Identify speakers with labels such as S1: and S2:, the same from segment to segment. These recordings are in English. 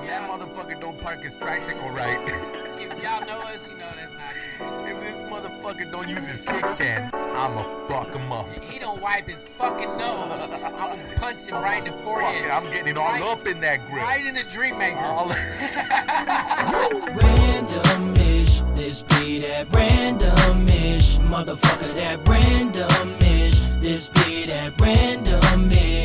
S1: motherfucker don't park his tricycle right,
S2: If y'all know us, you know that's not
S1: if this motherfucker don't use his kickstand, I'ma fuck him up.
S2: good. He don't wipe his fucking nose. I'm gonna punch him right in the
S1: Fuck
S2: forehead.
S1: it, I'm getting it all up in that grill.
S2: Right in the dream maker.
S1: All
S3: Randomish, this be that randomish, motherfucker that randomish, this be that randomish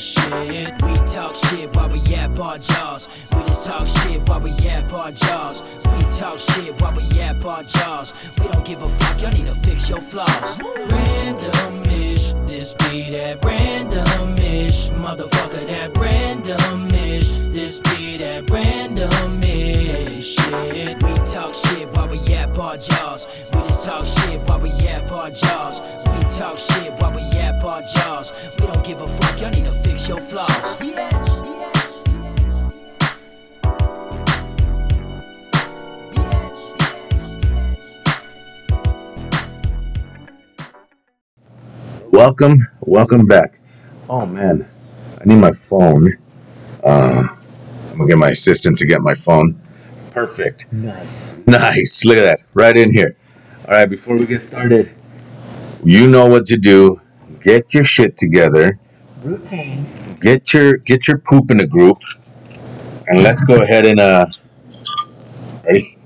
S3: shit. We talk shit while we yap our jaws. We just talk shit while we yap our jaws. We talk shit while we yap our jaws. We don't give a fuck, y'all need to fix your flaws. Randomish, this be that randomish, motherfucker that randomish, this be that randomish shit. We talk shit while we yap our jaws. We just talk shit while we yap our jaws. We talk shit while we yap our jaws. We don't give a fuck, y'all need to fix your flaws.
S4: Welcome, welcome back. Oh man, I need my phone. Uh, I'm gonna get my assistant to get my phone. Perfect. Nice. Nice. Look at that. Right in here. All right, before we get started, you know what to do. Get your shit together.
S5: Routine.
S4: Get your get your poop in a group, and let's go ahead and uh, ready?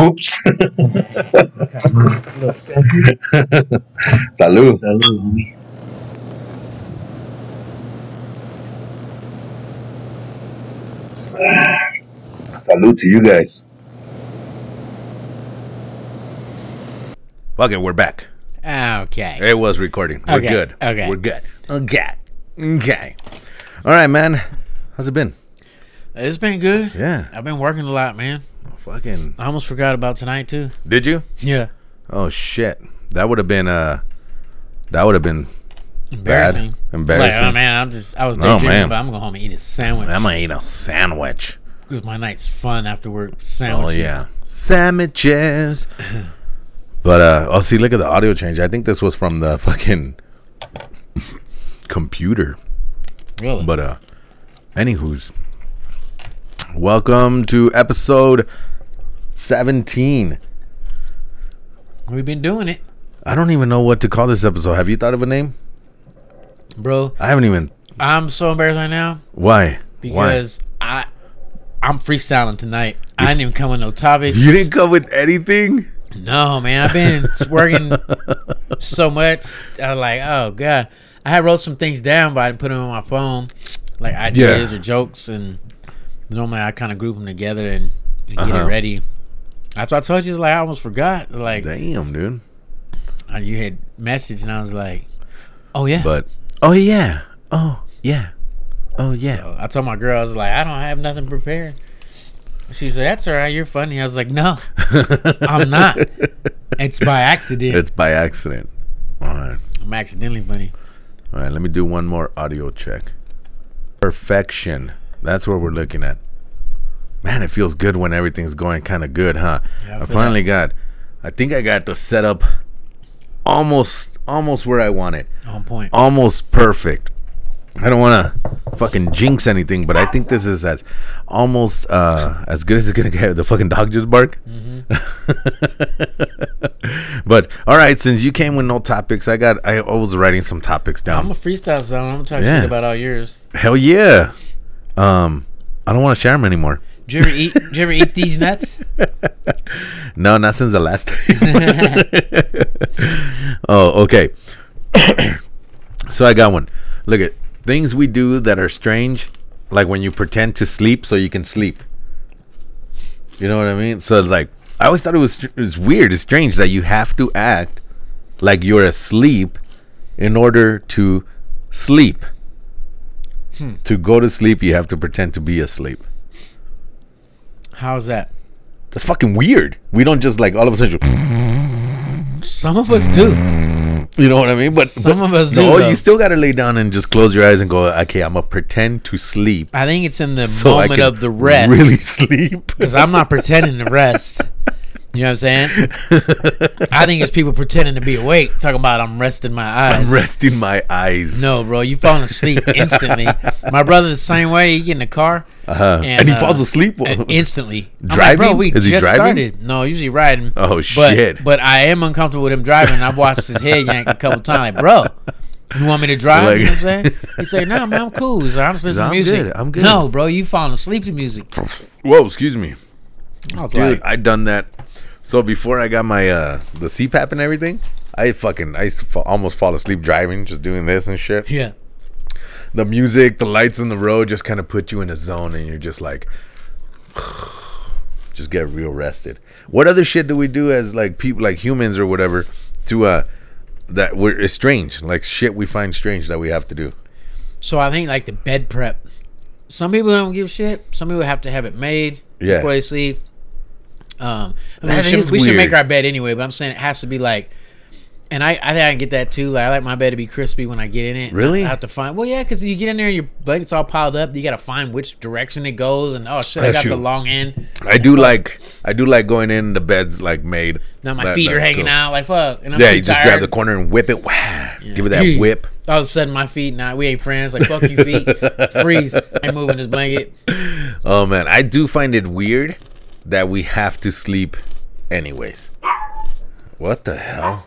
S4: Oops.
S5: Little selfie.
S4: Salud.
S5: Salud, homie.
S4: Salud to you guys. Okay, we're back.
S2: Okay.
S4: It was recording. We're
S2: Okay,
S4: good.
S2: okay.
S4: We're good. Okay. Okay. All right, man. How's it been?
S2: It's been good.
S4: Yeah.
S2: I've been working a lot, man.
S4: Fucking.
S2: I almost forgot about tonight too.
S4: Did you?
S2: Yeah.
S4: Oh shit. That would have been uh that would have been
S2: Embarrassing.
S4: Embarrassing.
S2: Like, oh man, I'm just I was
S4: Oh,
S2: daydreaming,
S4: man.
S2: but I'm going home and eat a sandwich.
S4: I'm gonna eat a sandwich.
S2: it was my night's fun after work.
S4: Oh
S2: Sandwiches.
S4: yeah. Sandwiches. but uh oh see look at the audio change. I think this was from the fucking computer.
S2: Really?
S4: But uh anywho's welcome to episode 17.
S2: We've been doing it,
S4: I don't even know what to call this episode. Have you thought of a name?
S2: bro.
S4: I haven't even
S2: I'm so embarrassed right now
S4: why?
S2: because I I'm freestyling tonight. I didn't even come with no topics.
S4: why? You didn't come with anything?
S2: No, man. I've been working so much. I was like, oh god. I had wrote some things down, but I didn't put them on my phone, like ideas or jokes, and normally I kind of group them together and, and get
S4: Uh-huh.
S2: it ready. That's what I told you. Like I almost forgot. Like
S4: Damn, dude.
S2: uh, you had messaged, and I was like, oh yeah.
S4: But oh yeah. Oh yeah. Oh yeah.
S2: I told my girl, I was like, I don't have nothing prepared. She said, That's all right, you're funny. I was like, No, I'm not. It's by accident.
S4: It's by accident. All right.
S2: I'm accidentally funny.
S4: All right, let me do one more audio check. Perfection. That's what we're looking at. Man, it feels good when everything's going kind of good, huh?
S2: Yeah, I
S4: I
S2: feel
S4: finally got I think I got the setup almost almost where I want it.
S2: On point.
S4: almost perfect. I don't want to fucking jinx anything, but I think this is as almost uh, as good as it's gonna get. The fucking dog just bark.
S2: Mm-hmm.
S4: but all right, since you came with no topics, I got I, I was writing some topics
S2: I'm
S4: down.
S2: a freestyle zone. I'm talking
S4: Yeah.
S2: shit about all yours.
S4: Hell yeah. Um, I don't want to share them anymore.
S2: Did you ever eat, did you ever eat these nuts?
S4: No, not since the last time. oh, okay. so I got one. Look at things we do that are strange, like when you pretend to sleep so you can sleep. You know what I mean? So it's like I always thought it was it was weird, it's strange that you have to act like you're asleep in order to sleep. To go to sleep, you have to pretend to be asleep.
S2: How's that?
S4: That's fucking weird. We don't just like all of a sudden.
S2: Some of us do.
S4: You know what I mean? But
S2: Some
S4: but-
S2: of us do,
S4: No,
S2: though.
S4: you still gotta lay down and just close your eyes and go. Okay, I'm gonna pretend to sleep.
S2: I think it's in the
S4: So I
S2: moment
S4: can
S2: of the rest.
S4: Really sleep.
S2: Because I'm not pretending to rest. You know what I'm saying? I think it's people pretending to be awake, talking about I'm resting my eyes.
S4: I'm resting my eyes.
S2: no, bro, you falling asleep instantly. My brother the same way. He get in the car
S4: Uh-huh. And, he
S2: uh,
S4: falls asleep.
S2: and instantly. I'm like,
S4: Driving?
S2: bro, we
S4: Is he
S2: just
S4: driving?
S2: started. No, usually riding.
S4: Oh,
S2: But-
S4: shit.
S2: But I am uncomfortable with him driving. I've watched his head yank a couple times. Like, bro, you want me to drive? you
S4: Like-
S2: know what I'm saying? He say, no, man, I'm cool. He's like, I'm just listening
S4: I'm
S2: to music.
S4: good, I'm good.
S2: No, bro, you falling asleep to music.
S4: Whoa, excuse me.
S2: I was
S4: Dude,
S2: like,
S4: I done that. So before I got my uh the CPAP and everything, I fucking I used to fa- almost fall asleep driving, just doing this and shit.
S2: yeah.
S4: The music, the lights in the road, just kind of put you in a zone, and you're just like, just get real rested. What other shit do we do as like people, like humans or whatever, to uh that we're it's strange, like shit we find strange that we have to do.
S2: So I think like the bed prep. Some people don't give a shit. Some people have to have it made
S4: Yeah.
S2: before they sleep. Um, I mean,
S4: That
S2: we, should,
S4: is
S2: we should make
S4: weird.
S2: our bed anyway, but I'm saying it has to be like. And I, I think I can get that too. Like I like my bed to be crispy when I get in it.
S4: Really?
S2: I have to find. Well, yeah, because you get in there, and your blankets all piled up. You got to find which direction it goes, and oh shit, I
S4: That's
S2: got
S4: true.
S2: the long end.
S4: I do like I do like going in the beds like made.
S2: Now my
S4: That-
S2: feet are
S4: that's
S2: hanging
S4: cool.
S2: out. Like fuck. And I'm
S4: Yeah,
S2: too
S4: you just
S2: tired.
S4: grab the corner and whip it. Wow, give it that whip.
S2: All of a sudden, my feet. Nah, we ain't friends. Like fuck you, feet. Freeze. I'm moving this blanket.
S4: Oh man, I do find it weird that we have to sleep anyways. What the hell?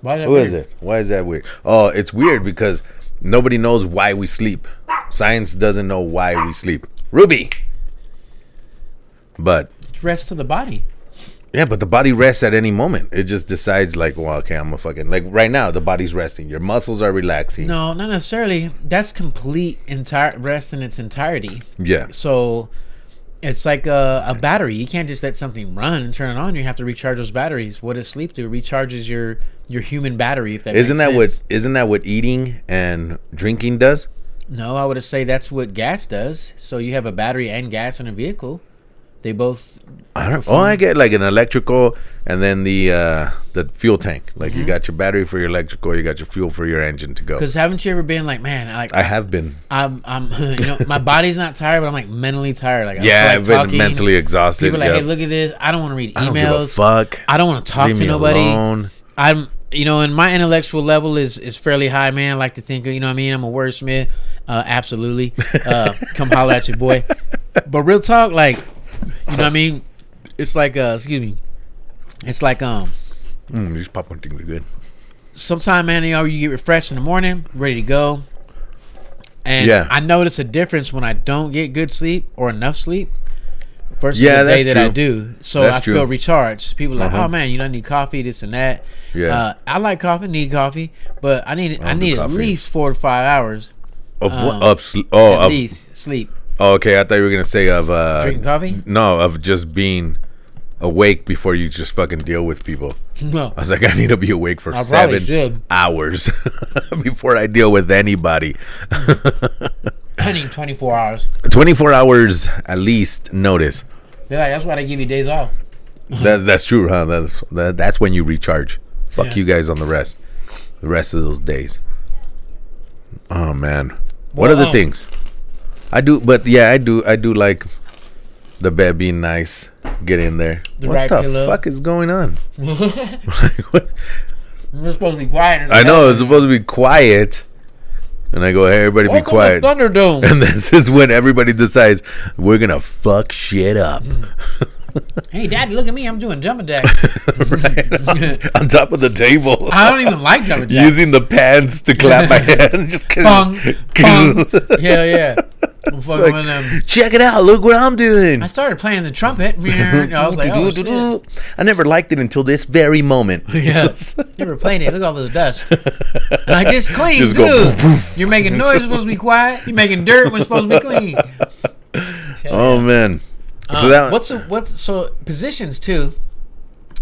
S2: Why is that
S4: Who is
S2: weird?
S4: it? Why is that weird? Oh, it's weird because nobody knows why we sleep. Science doesn't know why we sleep. Ruby. But
S2: It's Rest of the body.
S4: yeah, but the body rests at any moment. It just decides like, well, okay, I'm a fucking like right now the body's resting. Your muscles are relaxing.
S2: No, not necessarily. That's complete entire rest in its entirety.
S4: Yeah.
S2: So it's like a, a battery. You can't just let something run and turn it on. You have to recharge those batteries. What does sleep do? It recharges your your human battery. If that
S4: Isn't
S2: makes
S4: that what
S2: sense.
S4: isn't that what eating and drinking does?
S2: No, I would say that's what gas does. So you have a battery and gas in a vehicle. They both.
S4: I don't. Oh, I get like an electrical, and then the uh, the fuel tank. Like you got your battery for your electrical, you got your fuel for your engine to go.
S2: Because haven't you ever been like, man, I like
S4: I have been.
S2: I'm, I'm, you know, my body's not tired, but I'm like mentally tired. Like I don't
S4: Yeah,
S2: feel like
S4: I've been
S2: talking.
S4: mentally exhausted.
S2: People are like,
S4: yeah.
S2: hey, look at this. I don't want to read emails.
S4: I don't give a fuck.
S2: I don't want to talk
S4: Leave
S2: to
S4: me
S2: nobody.
S4: alone.
S2: I'm, you know, and my intellectual level is is fairly high, man. I like to think, of, you know, what I mean, I'm a wordsmith. Uh, absolutely, uh, come holler at your boy. But real talk, like, you know, what I mean, it's like, uh, excuse me, it's like, um,
S4: Mm, these popcorn things are good.
S2: sometime, man, you know, you get refreshed in the morning, ready to go. And
S4: Yeah.
S2: I notice a difference when I don't get good sleep or enough sleep versus
S4: Yeah,
S2: the day
S4: that's
S2: that I
S4: true.
S2: do. So
S4: That's
S2: I
S4: true.
S2: feel recharged. People are like,
S4: Uh-huh.
S2: oh man, you don't need coffee, this and that.
S4: Yeah.
S2: Uh, I like coffee, need coffee, but I need I,
S4: don't do
S2: need at
S4: coffee.
S2: least four to five hours
S4: Of what?
S2: Um,
S4: of sl- oh,
S2: at
S4: of,
S2: least sleep.
S4: oh, okay. I thought you were gonna say of uh,
S2: Drinking coffee?
S4: No, of just being awake before you just fucking deal with people.
S2: No.
S4: I was like, I need to be awake for
S2: I probably
S4: seven
S2: should.
S4: hours before I deal with anybody.
S2: I need twenty four hours.
S4: 24 hours at least notice.
S2: They're like, that's why they give you days off.
S4: That, that's true, huh? That's that, that's when you recharge. Fuck you guys on the rest, the rest of those days. Oh man, what are the
S2: Well, um,
S4: things? I do, but yeah, I do. I do like the bed being nice. Get in there.
S2: The
S4: what
S2: right
S4: the
S2: pillow.
S4: fuck is going on? Like, what-
S2: You're supposed to be quiet.
S4: I know it's supposed to be quiet, and I go, "Hey, everybody, be
S2: Welcome to
S4: quiet."
S2: Thunderdome.
S4: And this is when everybody decides we're gonna fuck shit up.
S2: Mm. hey, Daddy, look at me. I'm doing jumping jack.
S4: right? on top of the table.
S2: I don't even like jumping jacks.
S4: using the pants to clap my hands just
S2: bong,
S4: because
S2: bong. Yeah, yeah. I'm fucking
S4: like-
S2: with 'em.
S4: check it out look what i'm doing
S2: um, I started playing the trumpet. and I was like, oh, shit.
S4: I never liked it until this very moment
S2: Yes. Never played it. Look at all the dust. And I just clean,
S4: Just
S2: dude.
S4: go poof, poof.
S2: You're making noise. You're supposed to be quiet. You're making dirt when it's supposed to be clean.
S4: oh man so that
S2: Uh, what's the, what's so positions too?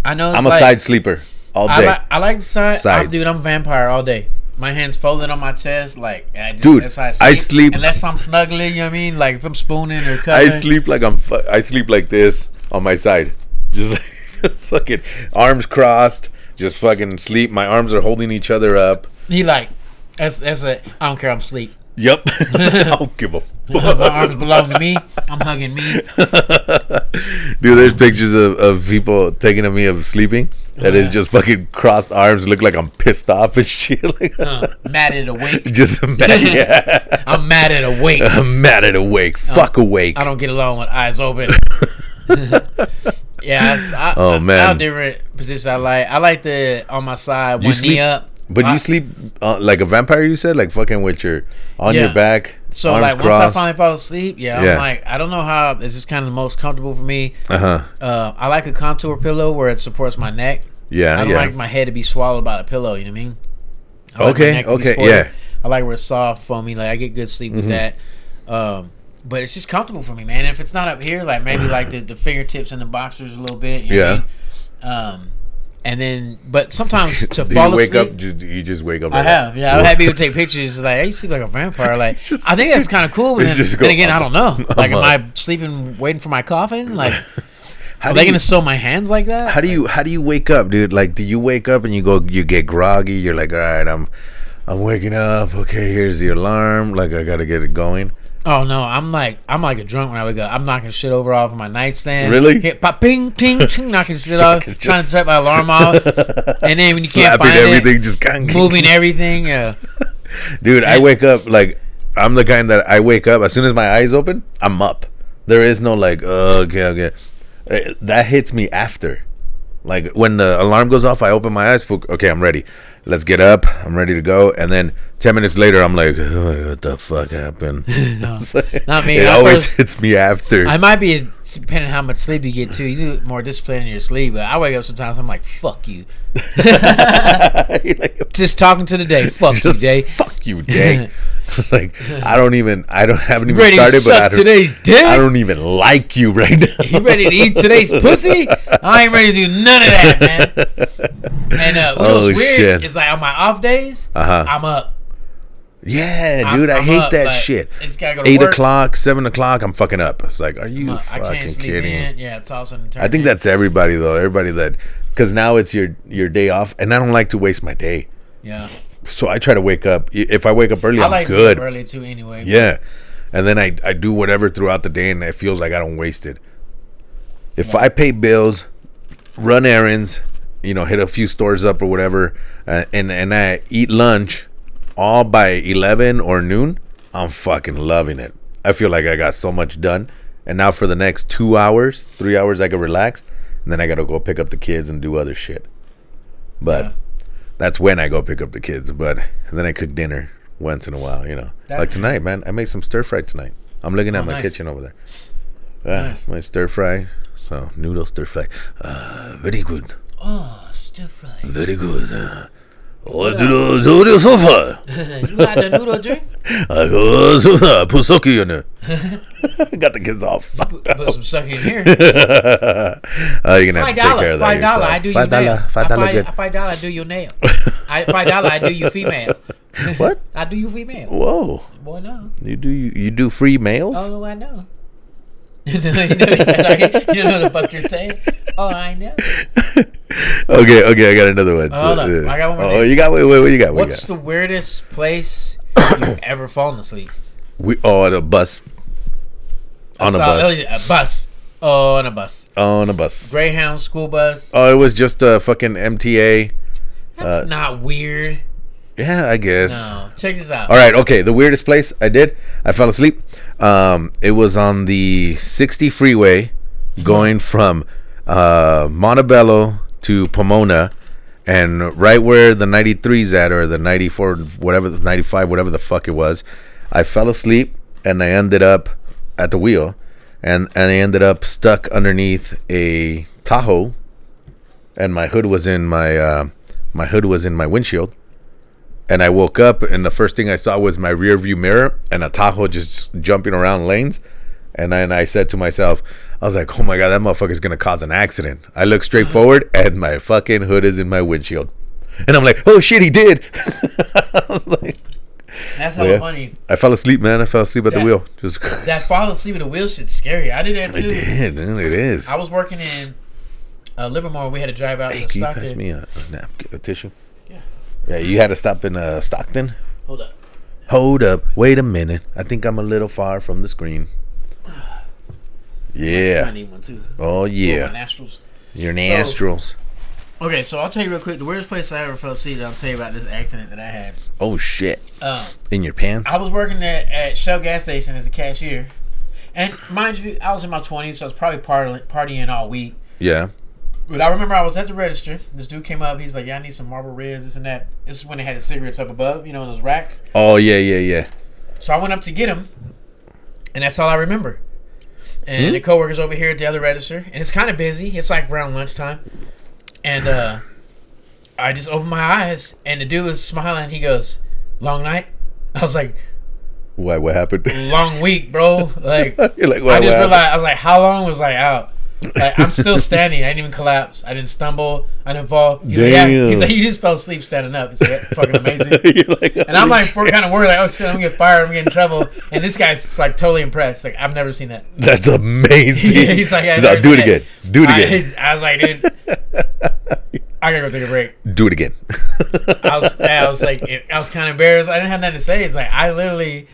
S2: I know. it's
S4: i'm a
S2: like- uh,
S4: side sleeper all
S2: I,
S4: day
S2: like I like the side. I'm,
S4: Sides.
S2: dude, I'm a vampire all day. My hands folded on my chest, like I just,
S4: Dude,
S2: that's how
S4: I sleep-
S2: unless I'm snuggling. You know what I mean? Like if I'm spooning or
S4: i
S2: cutting.
S4: sleep like i'm fu- i sleep like this on my side just like just fucking arms crossed just fucking sleep my arms are holding each other up
S2: He like, that's that's a. I don't care. I'm sleep.
S4: yep i don't give a
S2: my arms belong to me. I'm hugging me.
S4: Dude, there's pictures of, of people taking of me of sleeping that is just fucking crossed arms, look like I'm pissed off and shit. Like,
S2: Uh, mad at awake.
S4: just mad, yeah.
S2: I'm mad at awake.
S4: I'm mad at awake. Fuck awake.
S2: I don't get along with eyes open. yeah. it's- I,
S4: Oh,
S2: I,
S4: man.
S2: How different positions I like. I like the on my side, one
S4: You sleep-
S2: knee up.
S4: but
S2: I-
S4: you sleep uh, like a vampire, you said? Like fucking with your on
S2: Yeah.
S4: your back,
S2: So
S4: arms
S2: like once I
S4: crossed.
S2: finally fall asleep, yeah,
S4: Yeah.
S2: I'm like I don't know how this is kind of the most comfortable for me.
S4: uh-huh.
S2: Uh, I like a contour pillow where it supports my neck.
S4: Yeah,
S2: I don't
S4: yeah.
S2: like my head to be swallowed by the pillow. You know what I mean? I like my
S4: Okay,
S2: neck to be
S4: okay,
S2: supported.
S4: yeah. Mm-hmm.
S2: I like where it's soft, foamy. Like I get good sleep with that. Um, but it's just comfortable for me, man. If it's not up here, like maybe like the, the fingertips and the boxers a little bit. You know
S4: Yeah.
S2: what I mean? Um, and then, but sometimes to
S4: Do
S2: fall
S4: you wake
S2: asleep,
S4: up? Just, you just wake up.
S2: I
S4: like that?
S2: have, yeah. I've had people take pictures like, "Hey, you sleep like a vampire." Like,
S4: Just-
S2: I think that's kind of cool. But
S4: It's
S2: then,
S4: just
S2: then
S4: go,
S2: again, I don't know.
S4: I'm
S2: Like, am
S4: up.
S2: I sleeping waiting for my coffin? Like,
S4: How
S2: are
S4: do
S2: they
S4: you-
S2: gonna sew my hands like that?
S4: How do you how do you wake up, dude? Like, do you wake up and you go you get groggy? You're like, all right, I'm I'm waking up. Okay, here's the alarm. Like, I gotta get it going.
S2: Oh no, I'm like I'm like a drunk when I wake up. I'm knocking shit over off my nightstand.
S4: Really?
S2: Hit pop ping ting ting knocking shit off,
S4: Fucking
S2: trying to
S4: just-
S2: set my alarm off. And then when you can't
S4: Slapping
S2: find
S4: everything,
S2: it,
S4: just gang-
S2: moving everything. Yeah.
S4: dude. I wake up like I'm the kind that I wake up as soon as my eyes open. I'm up. There is no like, uh, okay, okay. Uh, That hits me after. Like when the alarm goes off, I open my eyes. book, Okay, I'm ready. Let's get up. I'm ready to go. And then ten minutes later, I'm like, "Oh, what the fuck happened? It's like-
S2: not me.
S4: It
S2: I
S4: always
S2: first-
S4: hits me after.
S2: I might be depending on how much sleep you get too. You do more discipline in your sleep, but I wake up sometimes. I'm like, "Fuck you,"
S4: You're like,
S2: just talking to the day. Fuck
S4: just
S2: you, day.
S4: fuck you, day. it's like I don't even. I don't haven't even
S2: Ready to
S4: started, but I
S2: suck
S4: don't,
S2: today's dick?
S4: I don't even like you right now.
S2: You ready to eat today's pussy? I ain't ready to do none of that, man. And uh, what
S4: Oh,
S2: was weird
S4: shit.
S2: is like on my off days,
S4: Uh-huh.
S2: I'm up.
S4: yeah,
S2: I'm-
S4: dude, i
S2: I'm
S4: hate
S2: up,
S4: that
S2: like,
S4: shit.
S2: It's gotta go to
S4: Eight
S2: work.
S4: o'clock, seven o'clock, I'm fucking up. It's like, are you
S2: Uh, I
S4: fucking
S2: can't sleep
S4: kidding?
S2: in. Yeah, toss and turn.
S4: I think
S2: in.
S4: that's everybody though. Everybody that because now it's your your day off, and I don't like to waste my day.
S2: yeah.
S4: So I try to wake up. I- If I wake up early,
S2: I
S4: I'm
S2: like to
S4: good.
S2: get up early too. Anyway,
S4: Yeah. And then I, I do whatever throughout the day and it feels like I don't waste it. If I pay bills, run errands, you know, hit a few stores up or whatever, uh, and and I eat lunch all by 11 or noon, I'm fucking loving it. I feel like I got so much done. And now for the next 2 hours, 3 hours I can relax, and then I got to go pick up the kids and do other shit. But
S2: Yeah.
S4: that's when I go pick up the kids. But then I cook dinner once in a while, you know.
S2: That-
S4: like tonight, man, I made some stir fry tonight. I'm looking at
S2: Oh,
S4: my
S2: nice.
S4: kitchen over there. Yeah,
S2: Nice.
S4: my stir fry. So noodle stir fry. Uh, very good,
S2: Oh, stir fry.
S4: very good. Uh, what do you do to the sofa?
S2: you had the noodle drink?
S4: I go sofa. Put sake in it. Got the kids all fucked up.
S2: Put some suck in here.
S4: oh, you're gonna have to take care
S2: Five dollar.
S4: of that
S2: Five dollar. I
S4: yourself.
S2: do
S4: Five
S2: your nail.
S4: dollar. Five dollar. Good.
S2: Five dollar. I do your nail. I, five dollar. I do you female.
S4: What?
S2: I do you female.
S4: Whoa.
S2: Boy, no.
S4: You do you, you do free mails?
S2: Oh, I know. you know what the fuck you're saying? Oh, I know.
S4: Okay, okay, I got another one.
S2: Hold on, I got one more
S4: Oh,
S2: thing.
S4: you got wait, wait, what you got? What you
S2: What's
S4: got?
S2: the weirdest place you've ever fallen asleep?
S4: We oh, on a bus. On a
S2: So,
S4: bus.
S2: uh, A bus. Oh, on a bus.
S4: On a bus.
S2: Greyhound school bus.
S4: Oh, it was just a fucking MTA.
S2: That's not weird.
S4: Yeah, I guess.
S2: No, check this out.
S4: All right, okay. The weirdest place I did, I fell asleep. Um, it was on the 60 freeway going from uh, Montebello to Pomona. And right where the 93's at, or the 94, whatever, the 95, whatever the fuck it was, I fell asleep and I ended up at the wheel. And, and I ended up stuck underneath a Tahoe. And my hood was in my, uh, my hood was in my windshield and I woke up and the first thing I saw was my rear view mirror and a Tahoe just jumping around lanes. And then I said to myself, I was like, oh my God, that motherfucker's gonna cause an accident. I look straight forward and my fucking hood is in my windshield. And I'm like, oh shit, he did. I was like,
S2: That's how
S4: yeah.
S2: funny.
S4: I fell asleep, man. I fell asleep at the
S2: That-
S4: wheel. Just
S2: That falling asleep at the wheel shit's scary. I did that
S4: I
S2: too.
S4: did, man. It is.
S2: I was working in uh, Livermore. We had to drive out to
S4: Can you pass
S2: Stockton.
S4: me a, a napkin, a tissue? Yeah. Yeah, you had to stop in uh, Stockton.
S2: Hold up.
S4: Hold up. Wait a minute. I think I'm a little far from the screen.
S2: I
S4: Yeah.
S2: need one too.
S4: Oh,
S2: Oh, my
S4: yeah.
S2: nostrils.
S4: Your nostrils.
S2: Okay, so I'll tell you real quick. The weirdest place I ever felt seated. I'll tell you about this accident that I had.
S4: Oh, shit.
S2: Um,
S4: In your pants?
S2: I was working at, at Shell gas station as a cashier, and mind you, I was in my twenties, so I was probably partying, partying all week.
S4: Yeah.
S2: But I remember I was at the register. This dude came up. He's like, "Yeah, I need some Marble Reds, this and that." This is when they had the cigarettes up above, you know, in those racks.
S4: Oh, yeah, yeah, yeah.
S2: So I went up to get him, and that's all I remember. And the coworkers over here at the other register, and it's kind of busy. It's like around lunchtime, and uh, I just opened my eyes, and the dude was smiling. He goes, "Long night." I was like,
S4: Why? What happened?
S2: "Long week, bro." Like
S4: You're like, why? What
S2: I just
S4: happened?
S2: realized I was like, "How long was I out?" Like, I'm still standing. I didn't even collapse. I didn't stumble. I didn't fall. He's like, yeah.
S4: Damn.
S2: He's like, "You just fell asleep standing up." It's like, "That's fucking amazing.
S4: You're like,
S2: And I'm like, we're kind of worried, like, oh shit, I'm gonna get fired, I'm gonna get in trouble. And this guy's like totally impressed. Like, I've never seen that.
S4: that's amazing.
S2: He's like, yeah,
S4: He's
S2: I've
S4: like,
S2: never
S4: do it
S2: seen
S4: again.
S2: that."
S4: Do it
S2: I-
S4: again.
S2: I, was like, dude, I gotta go take a break.
S4: Do it again.
S2: I was, I was like, I was kind of embarrassed. I didn't have nothing to say. It's like I literally,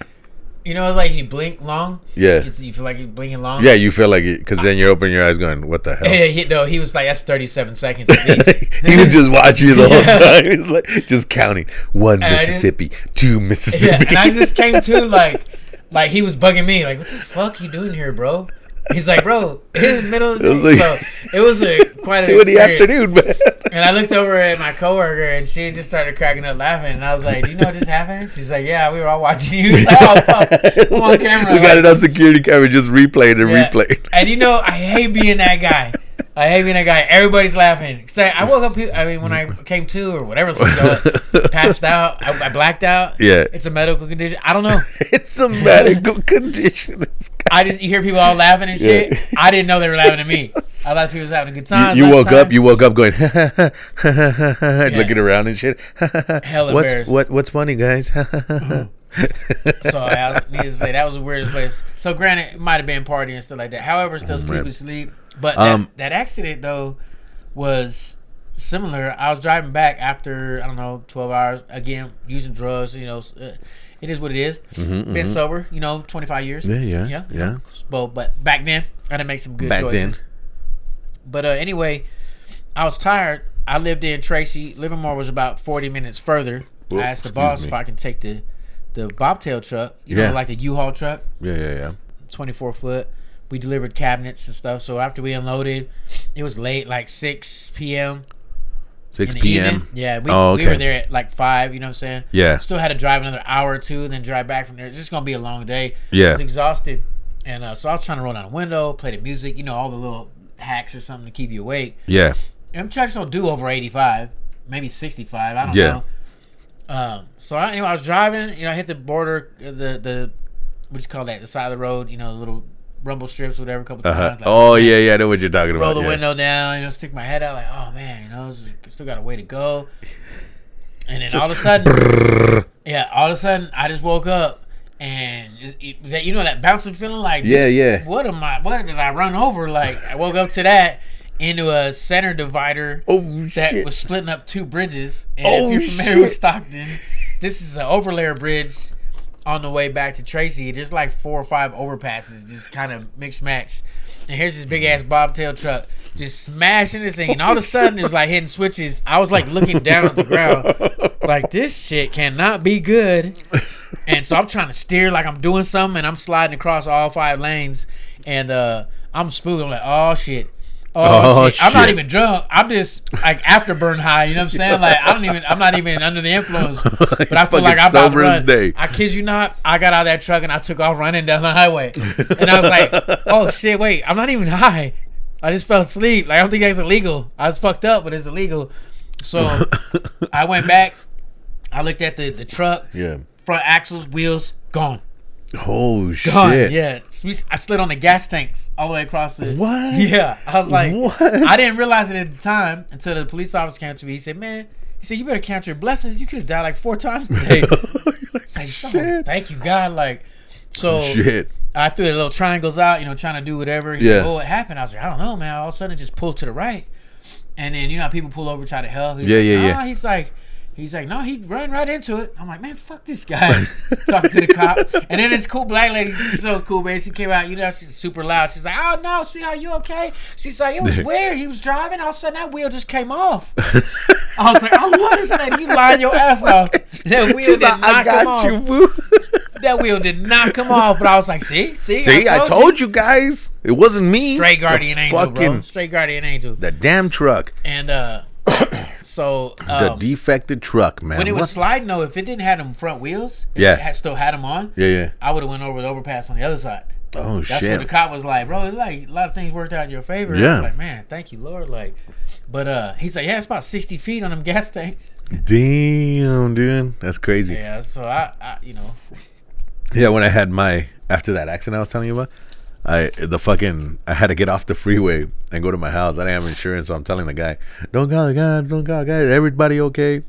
S2: you know, it's like you blink long.
S4: Yeah.
S2: It's, you feel like you're blinking long.
S4: Yeah, you feel like it because then you open your eyes going, what the hell?
S2: Yeah, he, no, he was like, that's 37 seconds at least.
S4: he was just watching you the whole
S2: Yeah.
S4: time. He's like just counting one
S2: And I didn't-
S4: Mississippi, two
S2: yeah,
S4: Mississippi.
S2: and I just came to like, like he was bugging me, like, what the fuck you doing here, bro? He's like, bro, it's the middle of the
S4: It was
S2: day.
S4: like-
S2: so it was a quite
S4: two
S2: an
S4: in the
S2: experience.
S4: afternoon, man.
S2: And I looked over at my coworker, and she just started cracking up laughing. And I was like, "Do you know what just happened?" She's like, "Yeah, we were all watching you." Like, oh, fuck. I'm on camera.
S4: we got
S2: like,
S4: it on security camera, just replayed and
S2: yeah.
S4: replayed.
S2: And you know, I hate being that guy. I hate being that guy. Everybody's laughing. So I woke up. I mean, when
S4: Mm.
S2: I came to or whatever, the fuck it was, passed out. I, I blacked out.
S4: Yeah.
S2: it's a medical condition. I don't know.
S4: It's a medical condition. This guy-
S2: I just you hear people all laughing and shit.
S4: Yeah.
S2: I didn't know they were laughing at me. I thought people was having a good time.
S4: You, you
S2: last
S4: woke
S2: time.
S4: up. You woke up going, and looking around and shit.
S2: Hella
S4: what's
S2: embarrassed.
S4: what? What's funny, guys?
S2: So I I need to say that was the weirdest place. So granted, it might have been party and stuff like that. However, still sleep
S4: man.
S2: is sleep. But
S4: Mm, Um,
S2: that, that accident though was similar. I was driving back after I don't know twelve hours again using drugs. You know, s- uh, it is what it is. been sober, you know, twenty five years.
S4: Mm-hmm, Yeah, yeah,
S2: yeah, you
S4: yeah.
S2: know. Well, but back then I didn't make some good
S4: Back then.
S2: choices. But uh, anyway, I was tired. I lived in Tracy. Livermore was about forty minutes further.
S4: Whoa,
S2: I asked the
S4: excuse
S2: boss
S4: me.
S2: if I can take the the bobtail truck, you
S4: Yeah.
S2: know, like the U-Haul truck,
S4: yeah, yeah, yeah.
S2: 24 foot. We delivered cabinets and stuff. So after we unloaded, it was late, like 6 p.m.
S4: Six
S2: in the
S4: p.m.
S2: evening. Yeah, we,
S4: Oh,
S2: we were
S4: okay.
S2: there at like 5, you know what I'm saying?
S4: Yeah.
S2: Still had to drive another hour or two, then drive back from there. It's just going to be a long day.
S4: Yeah.
S2: I was exhausted. And uh, so I was trying to roll down a window, play the music, you know, all the little hacks or something to keep you awake.
S4: Yeah,
S2: Them trucks don't do over 85, maybe 65. I don't
S4: Yeah.
S2: know. Um, so I, anyway, I was driving. You know, I hit the border, uh, the the what do you call that? The side of the road. You know, little rumble strips, whatever. A couple
S4: uh-huh.
S2: times. Like,
S4: oh yeah, yeah. I know what you're talking
S2: Roll
S4: about.
S2: the
S4: yeah.
S2: window down. You know, stick my head out. Like, oh man, you know, this is- still got a way to go. And then all of a sudden, yeah, all of a sudden, I just woke up. And it, it, that you know that bouncing feeling like
S4: Yeah,
S2: this-
S4: yeah.
S2: what am I what did I run over like I woke up to that into a center divider
S4: Oh
S2: that
S4: shit.
S2: was splitting up two bridges. And
S4: Oh,
S2: if you're familiar with
S4: shit.
S2: Stockton, this is an overlayer bridge on the way back to Tracy. There's like four or five overpasses, just kind of mixed match. And here's this big ass bobtail truck just smashing this thing. And all of a sudden, it's like hitting switches. I was like looking down at the ground, like this shit cannot be good. And so I'm trying to steer like I'm doing something, and I'm sliding across all five lanes, and uh, I'm spooked. I'm like, oh shit. Oh,
S4: Oh,
S2: shit. I'm not
S4: shit.
S2: even drunk. I'm just like afterburn high. You know what I'm saying? Like I don't even. I'm not even under the influence. But I feel
S4: Fucking
S2: like I'm about to
S4: sober as
S2: run.
S4: day.
S2: I kid you not. I got out of that truck and I took off running down the highway. And I was like, oh shit, wait, I'm not even high. I just fell asleep. Like I don't think that's illegal. I was fucked up, but it's illegal. So I went back. I looked at the the truck.
S4: Yeah.
S2: Front axles, wheels gone.
S4: Oh
S2: Gone.
S4: shit.
S2: Yeah. So we- I slid on the gas tanks all the way across the.
S4: What?
S2: Yeah. I was like,
S4: What?
S2: I didn't realize it at the time until the police officer came to me. He said, man, he said, you better count your blessings. You could have died like four times today. It's like, "Oh,
S4: shit.
S2: thank you, God. Like, so
S4: Shit.
S2: I threw the little triangles out, you know, trying to do whatever. He
S4: Yeah.
S2: said, oh, what happened? I was like, I don't know, man. All of a sudden, it just pulled to the right. And then, you know, how people pull over, try to help. He's
S4: Yeah,
S2: like,
S4: yeah,
S2: "Nah."
S4: yeah.
S2: He's like, He's like, no, he run right into it. I'm like, man, fuck this guy. Talking to the cop, and then this cool black lady, she's so cool, man. She came out, you know, she's super loud. She's like, oh no, sweetheart, you okay? She's like, it was weird. He was driving, all of a sudden that wheel just came off. I was like, oh what is that? You lying your ass off. That wheel
S4: She's
S2: did
S4: like,
S2: not
S4: I
S2: come
S4: got
S2: off.
S4: you, boo.
S2: That wheel did not come off. But I was like, see, see,
S4: See, I told, you. guys, it wasn't me.
S2: Straight guardian
S4: The
S2: angel, bro.
S4: fucking-
S2: Straight guardian angel.
S4: The damn truck,
S2: And uh, so
S4: the
S2: um,
S4: defected truck, man.
S2: when it was
S4: What-
S2: sliding though, if it didn't have them front wheels, if
S4: Yeah.
S2: it had, still had them on,
S4: yeah, yeah.
S2: I would have went over the overpass on the other side.
S4: Oh
S2: Oh, That's
S4: shit.
S2: what the cop was like, bro. It's like a lot of things worked out in your favor.
S4: Yeah.
S2: I was like man, thank you, Lord. Like, but uh, he's like, yeah, it's about sixty feet on them gas tanks.
S4: Damn, dude, that's crazy. Yeah.
S2: Yeah, so I, I you know,
S4: when I had my after that accident I was telling you about, I the fucking I had to get off the freeway and go to my house. I didn't have insurance, so I'm telling the guy, "Don't call the guys, don't call the guys. Everybody okay?"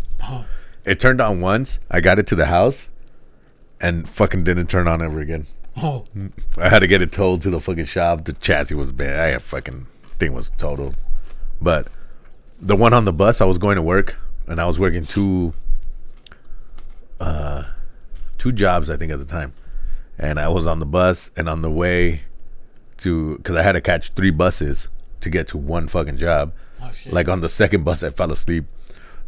S4: It turned on once. I got it to the house, and fucking didn't turn on ever again.
S2: oh,
S4: I had to get it towed to the fucking shop. The chassis was bad. I had fucking thing was totaled. But the one on the bus, I was going to work and I was working two uh two jobs I think at the time. And I was on the bus and on the way to cuz I had to catch three buses to get to one fucking job.
S2: oh shit.
S4: Like on the second bus I fell asleep.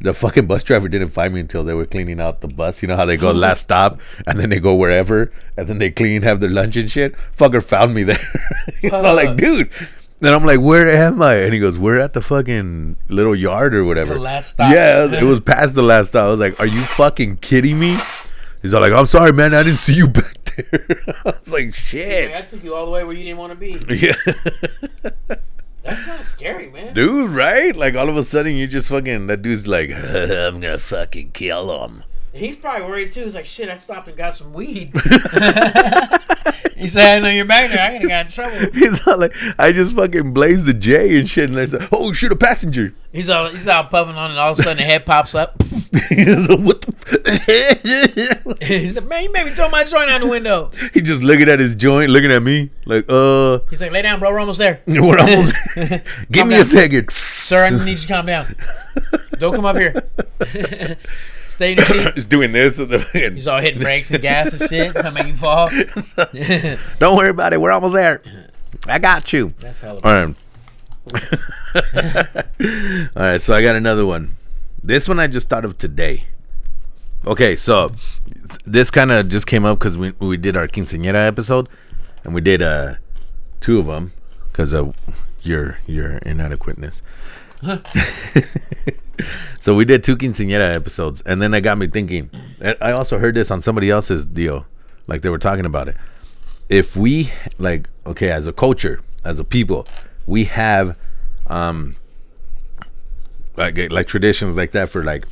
S4: The fucking bus driver didn't find me until they were cleaning out the bus. You know how they go last stop and then they go wherever and then they clean, have their lunch and shit. Fucker found me there. He's all like,
S2: Fuck.
S4: dude. And I'm like, where am I? And he goes, we're at the fucking little yard or whatever.
S2: The last stop.
S4: Yeah, it was, it was past the last stop. I was like, are you fucking kidding me? He's all like, I'm sorry, man. I didn't see you back there. I was like,
S2: Like,
S4: shit.
S2: I took you all the way where you didn't want to be.
S4: Yeah.
S2: That's kind of scary, man.
S4: Dude, right? Like all of a sudden, you just fucking that dude's like, I'm gonna fucking kill him.
S2: He's probably worried too. He's like, shit, I stopped and got some weed. he said, I know you're back there. I ain't got in trouble.
S4: He's not like, I just fucking blazed the J and shit, and there's like, oh shit, a passenger.
S2: He's all he's all puffing on, and all of a sudden the head pops up.
S4: He's like, what the?
S2: he's like, man, you made me throw my joint out the window.
S4: he just looking at his joint, looking at me, like, uh,
S2: He's like, lay down, bro. We're almost there.
S4: we're almost. Give me a
S2: down.
S4: second.
S2: Sir, I need you to calm down. Don't come up here. Stay in your seat.
S4: He's doing this. with the fucking-
S2: He's all hitting brakes and gas and shit. Trying to make you fall.
S4: Don't worry about it. We're almost there. I got you.
S2: That's hella
S4: All right. All right, so I got another one. This one I just thought of today. Okay, so s- this kind of just came up because we, we did our quinceañera episode, and we did uh two of them because of your your inadequateness. so we did two quinceañera episodes, and then that got me thinking. and I also heard this on somebody else's deal, like they were talking about it if we like okay as a culture as a people we have um like like traditions like that for like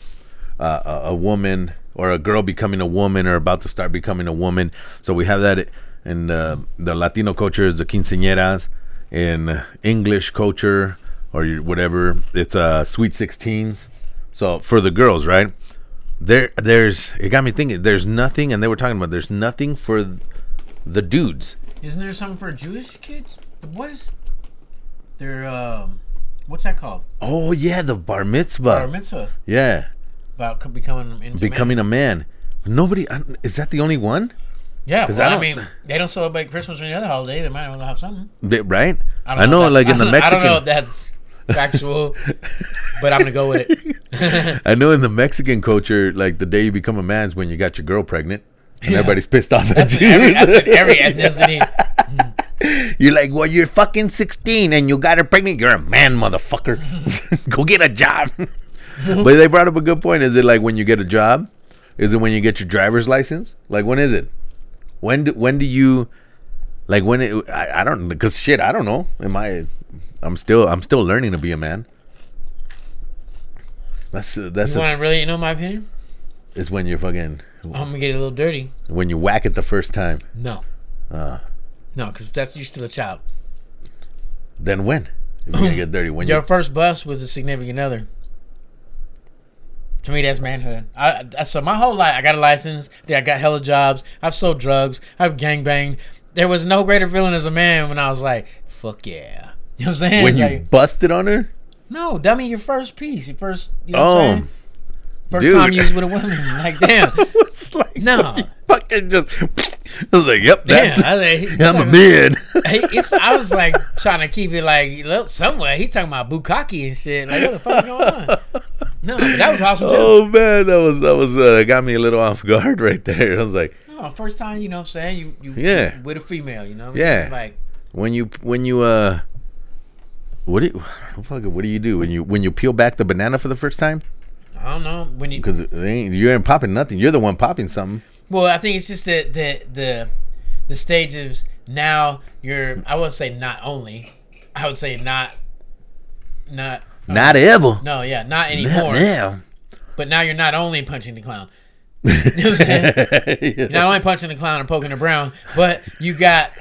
S4: uh, a, a woman or a girl becoming a woman or about to start becoming a woman so we have that in the, the latino culture is the quinceañeras in english culture or your- whatever it's uh sweet 16s so for the girls right there there's it got me thinking there's nothing and they were talking about there's nothing for th- the dudes
S2: Isn't there something for Jewish kids? The boys? They're, um, what's that called?
S4: Oh yeah, the bar mitzvah.
S2: Bar mitzvah.
S4: Yeah,
S2: About co- becoming into
S4: becoming a man. Nobody I don't- is that the only one,
S2: Yeah,
S4: 'Cause
S2: well,
S4: I
S2: I,
S4: don't-
S2: mean, they don't celebrate Christmas or any other holiday. They might as well have something.
S4: They- right? I,
S2: don't
S4: know,
S2: if
S4: like
S2: that's-
S4: in the
S2: I don't know if
S4: Mexican,
S2: that's factual, but I'm gonna go with it.
S4: I know in the Mexican culture, like the day you become a man is when you got your girl pregnant. And everybody's pissed off at you.
S2: Every, that's in every ethnicity.
S4: You're like, well, you're fucking 16 and you got her pregnant. You're a man, motherfucker. Go get a job. but they brought up a good point. Is it like when you get a job? Is it when you get your driver's license? Like when is it? When do, when do you like when it, I, I don't because shit I don't know. Am I? I'm still I'm still learning to be a man. That's that's
S2: You want
S4: a,
S2: to really know my opinion?
S4: is when you're fucking
S2: I'm gonna get a little dirty.
S4: when you whack it the first time.
S2: No.
S4: Uh.
S2: no, because that's you're still a child.
S4: Then when? If you get dirty when
S2: Your
S4: you
S2: first bus with a significant other. To me, that's manhood. I, I so my whole life I got a license. Then I got hella jobs. I've sold drugs. I've gangbanged. There was no greater feeling as a man when I was like, "Fuck yeah." You know what I'm saying?
S4: when
S2: It's
S4: you
S2: like,
S4: busted on her.
S2: No, dummy, your first piece, your first. You know what I'm
S4: Oh,
S2: saying? First
S4: Dude.
S2: time you was with a woman. Like, damn.
S4: It's like
S2: No.
S4: fucking just. I was like, yep,
S2: damn.
S4: that's.
S2: I was like,
S4: I'm a man.
S2: he, it's, I was like trying to keep it like look, somewhere. He talking about bukkake and shit. Like, what the fuck is going on? No, but that was awesome too.
S4: oh man, that was that was uh, got me a little off guard right there. I was like,
S2: No, first time, you know what I'm saying? You, you
S4: Yeah.
S2: you with a female, you know what I
S4: Yeah.
S2: mean? Like
S4: when you when you uh, what do you, I don't fucking what do you do when you when you peel back the banana for the first time?
S2: I don't know when you
S4: Because ain't, you ain't popping nothing. You're the one popping something.
S2: Well, I think it's just the the the the stages now you're I would say not only. I would say not not
S4: Not ever.
S2: Oh, no, yeah, not
S4: Not
S2: anymore.
S4: now.
S2: But now you're not only punching the clown. You know what I'm saying? You're not only punching the clown and poking the brown, but you got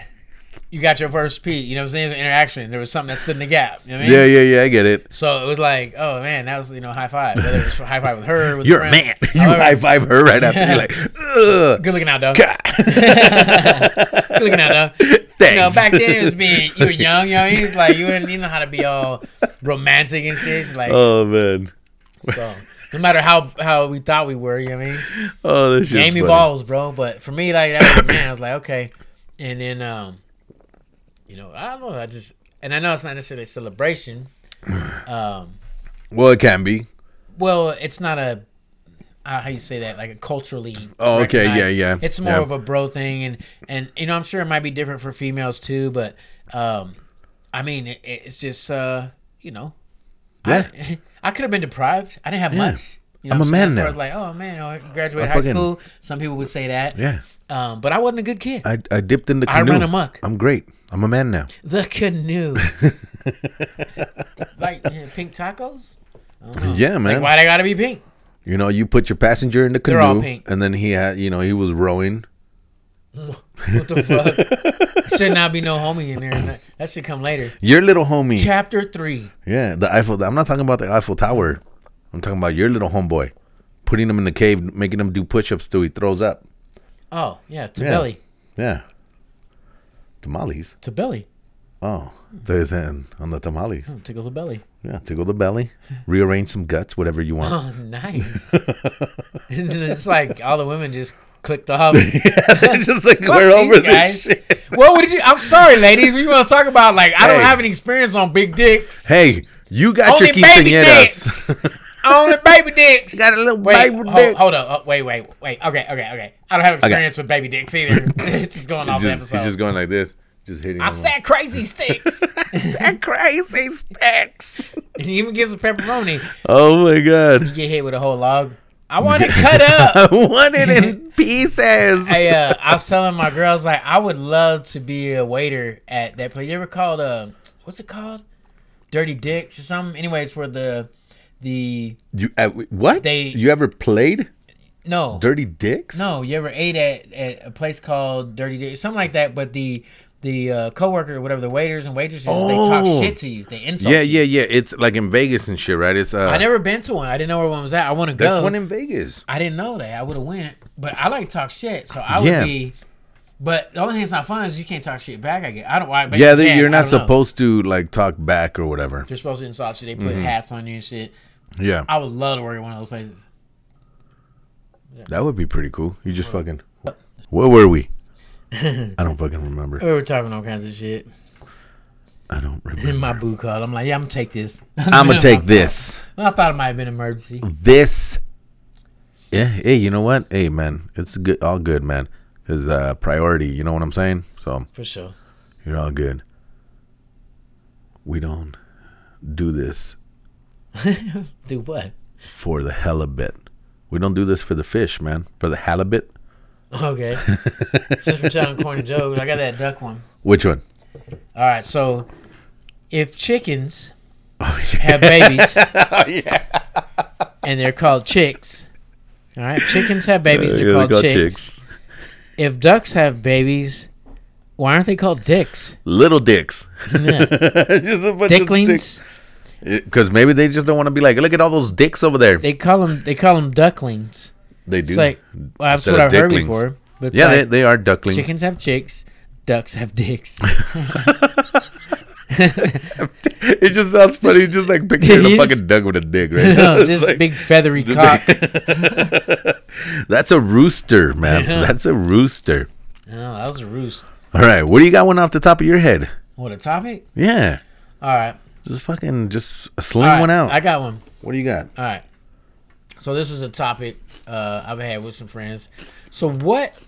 S2: you got your first P, you know what I'm saying? It was an Interaction. There was something that stood in the gap. You know what I mean?
S4: Yeah, yeah, yeah. I get it.
S2: So it was like, oh man, that was you know high five. Whether it was high five with her, with
S4: You're a
S2: friend.
S4: man. You
S2: However-
S4: high five her right after. You're like, ugh.
S2: Good looking out though.
S4: God.
S2: Good looking out though. You know,
S4: Thanks.
S2: back then it was being you were young, you know. He's like you didn't you know how to be all romantic and shit. It's Like
S4: oh man.
S2: so, no matter how how we thought we were, you know what I mean.
S4: Oh, this shit's
S2: Game
S4: funny.
S2: evolves, bro. But for me, like that was man, I was like okay, and then um, you know, I don't know. I just and I know it's not necessarily a celebration. Um,
S4: Well, it can be.
S2: Well, it's not a uh, how you say that like a culturally.
S4: Oh, okay,
S2: recognized-
S4: yeah, yeah,
S2: It's more
S4: yeah.
S2: of a bro thing, and and you know I'm sure it might be different for females too, but um, I mean it, it's just uh you know
S4: Yeah.
S2: I, I could have been deprived. I didn't have much. You
S4: I'm
S2: what
S4: a man
S2: saying?
S4: now.
S2: I was like, oh man, I graduated
S4: I
S2: high
S4: fucking-
S2: school. Some people would say that.
S4: Yeah.
S2: Um, but I wasn't a good kid.
S4: I, I dipped in the
S2: I
S4: canoe.
S2: ran amok.
S4: I'm great. I'm a man now.
S2: the canoe. like yeah, pink tacos.
S4: Yeah,
S2: Like,
S4: man.
S2: why they gotta be pink?
S4: you know, you put your passenger in the canoe,
S2: all pink.
S4: and then he had, you know, he was rowing.
S2: What the fuck? should not be no homie in there. That should come later.
S4: Your little homie.
S2: Chapter three.
S4: yeah, the Eiffel. I'm not talking about the Eiffel Tower. I'm talking about your little homeboy, putting him in the cave, making him do push-ups till he throws up.
S2: Oh yeah, to
S4: Yeah.
S2: belly,
S4: Yeah. Tamales.
S2: to belly,
S4: Oh, there's an on the tamales.
S2: tickle the belly.
S4: Yeah, tickle the belly, rearrange some guts, whatever you want.
S2: Oh nice. and then it's like all the women just clicked off.
S4: They're just like
S2: Fuck
S4: we're
S2: these
S4: over this
S2: guys.
S4: shit.
S2: What would you? I'm sorry, ladies. We want to talk about like I
S4: Hey.
S2: don't have any experience on big dicks.
S4: Hey, you got
S2: Only
S4: your
S2: baby
S4: quinceañeras.
S2: Only baby dicks.
S4: got a little
S2: Wait,
S4: baby
S2: hold,
S4: dick.
S2: hold up. Oh, wait, wait, wait. Okay, okay, okay. I don't have experience with baby dicks either. it's just going
S4: He's
S2: off the
S4: just,
S2: episode.
S4: he's just going like this, just hitting.
S2: I
S4: him.
S2: said crazy sticks.
S4: that crazy sticks.
S2: and you even get some pepperoni.
S4: Oh my god,
S2: get hit with a whole log. I want to cut up.
S4: I want it in pieces.
S2: hey, uh, I was telling my girls like I would love to be a waiter at that place. You ever called uh, what's it called? Dirty Dicks or something. Anyways, where the the
S4: you uh, what?
S2: They-
S4: you ever played
S2: no
S4: Dirty Dicks?
S2: no you ever ate at at a place called Dirty Dicks something like that, but the the uh, coworker or whatever the waiters and waitresses they
S4: Oh.
S2: talk shit to you. They insult.
S4: Yeah,
S2: you.
S4: yeah, yeah. It's like in Vegas and shit, right? It's uh,
S2: I never been to one. I didn't know where one was at. I want to
S4: there's
S2: go.
S4: one in Vegas.
S2: I didn't know that. I would have went, but I like to talk shit, so I
S4: Yeah.
S2: would be. But the only thing that's not fun is you can't talk shit back. I get. I don't. Why?
S4: Yeah, they, you're
S2: I
S4: not
S2: don't know.
S4: supposed to like talk back or whatever.
S2: You're supposed to insult you. They put
S4: Mm-hmm.
S2: hats on you and shit.
S4: Yeah,
S2: I would love to work at one of those places.
S4: that would be pretty cool. You just fucking. Where were we? I don't fucking remember.
S2: We were talking all kinds of shit
S4: I don't
S2: in
S4: remember.
S2: my boo call. I'm like, yeah, I'm gonna take this.
S4: I'm gonna take this.
S2: I thought it might have been an emergency.
S4: this yeah hey you know what hey man it's good all good man is uh priority you know what i'm saying so
S2: For sure.
S4: you're all good we don't do this
S2: Do what?
S4: for the halibut we don't do this for the fish man for the halibut
S2: Okay. Since we're telling corny jokes, I got that duck one.
S4: which one
S2: All right. So, if chickens
S4: oh yeah
S2: have babies. And they're called chicks. All right, chickens have babies. They're,
S4: Yeah,
S2: called, chicks. If ducks have babies, why aren't they called dicks?
S4: little dicks
S2: Yeah.
S4: just a bunch
S2: Dicklings.
S4: because maybe they just don't want to be like look at all those dicks over there
S2: They call them. They call them ducklings.
S4: they do
S2: It's like well, that's
S4: Instead
S2: what
S4: of
S2: I've heard
S4: dicklings.
S2: before. But it's
S4: yeah
S2: like,
S4: they, they are ducklings
S2: chickens have chicks. Ducks have dicks.
S4: it just sounds funny. Just like picturing a
S2: You
S4: fucking
S2: just-
S4: duck with a dick, right?
S2: no,
S4: It's
S2: this
S4: like-
S2: big feathery cock.
S4: That's a rooster, man.
S2: Yeah.
S4: That's a rooster.
S2: No, Oh, that was a roost.
S4: All right, what do you got one off the top of your head?
S2: What a topic.
S4: Yeah,
S2: All right.
S4: just fucking just sling
S2: All right,
S4: one out.
S2: I got one.
S4: what do you got?
S2: All right. So this was a topic uh, I've had with some friends. So what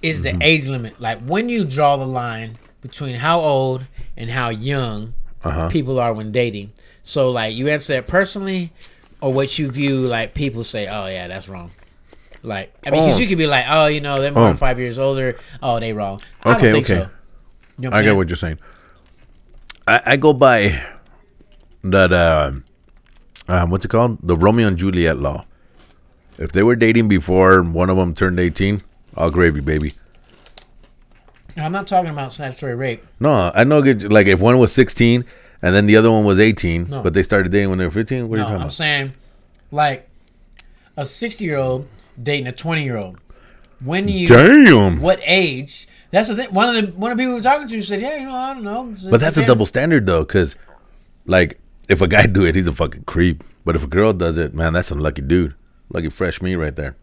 S2: is
S4: Mm-hmm.
S2: the age limit? Like when you draw the line between how old and how young
S4: Uh-huh.
S2: people are when dating. So like you answer that personally, or what you view like people say, oh yeah, that's wrong. Like I mean, 'cause
S4: Oh.
S2: you could be like, oh, you know, they're more
S4: Oh.
S2: than five years older. Oh, they wrong. I
S4: Okay,
S2: don't think
S4: okay.
S2: So. You know
S4: I
S2: I'm
S4: get
S2: saying?
S4: what you're saying. I, I go by that. Uh, uh, what's it called? The Romeo and Juliet law. If they were dating before one of them turned 18, all gravy, baby.
S2: I'm not talking about statutory rape.
S4: No, I know. good- Like if one was 16 and then the other one was 18,
S2: No.
S4: but they started dating when they were 15. What are you
S2: No,
S4: talking
S2: I'm
S4: about?
S2: saying, like, a 60 year old dating a 20 year old. When do you,
S4: Damn.
S2: what age? That's the thing. One of the one of the people we were talking to said, "Yeah, you know, I don't know."
S4: But that's a double standard though, because like if a guy do it, he's a fucking creep. But if a girl does it, man, that's some lucky dude, lucky fresh meat right there.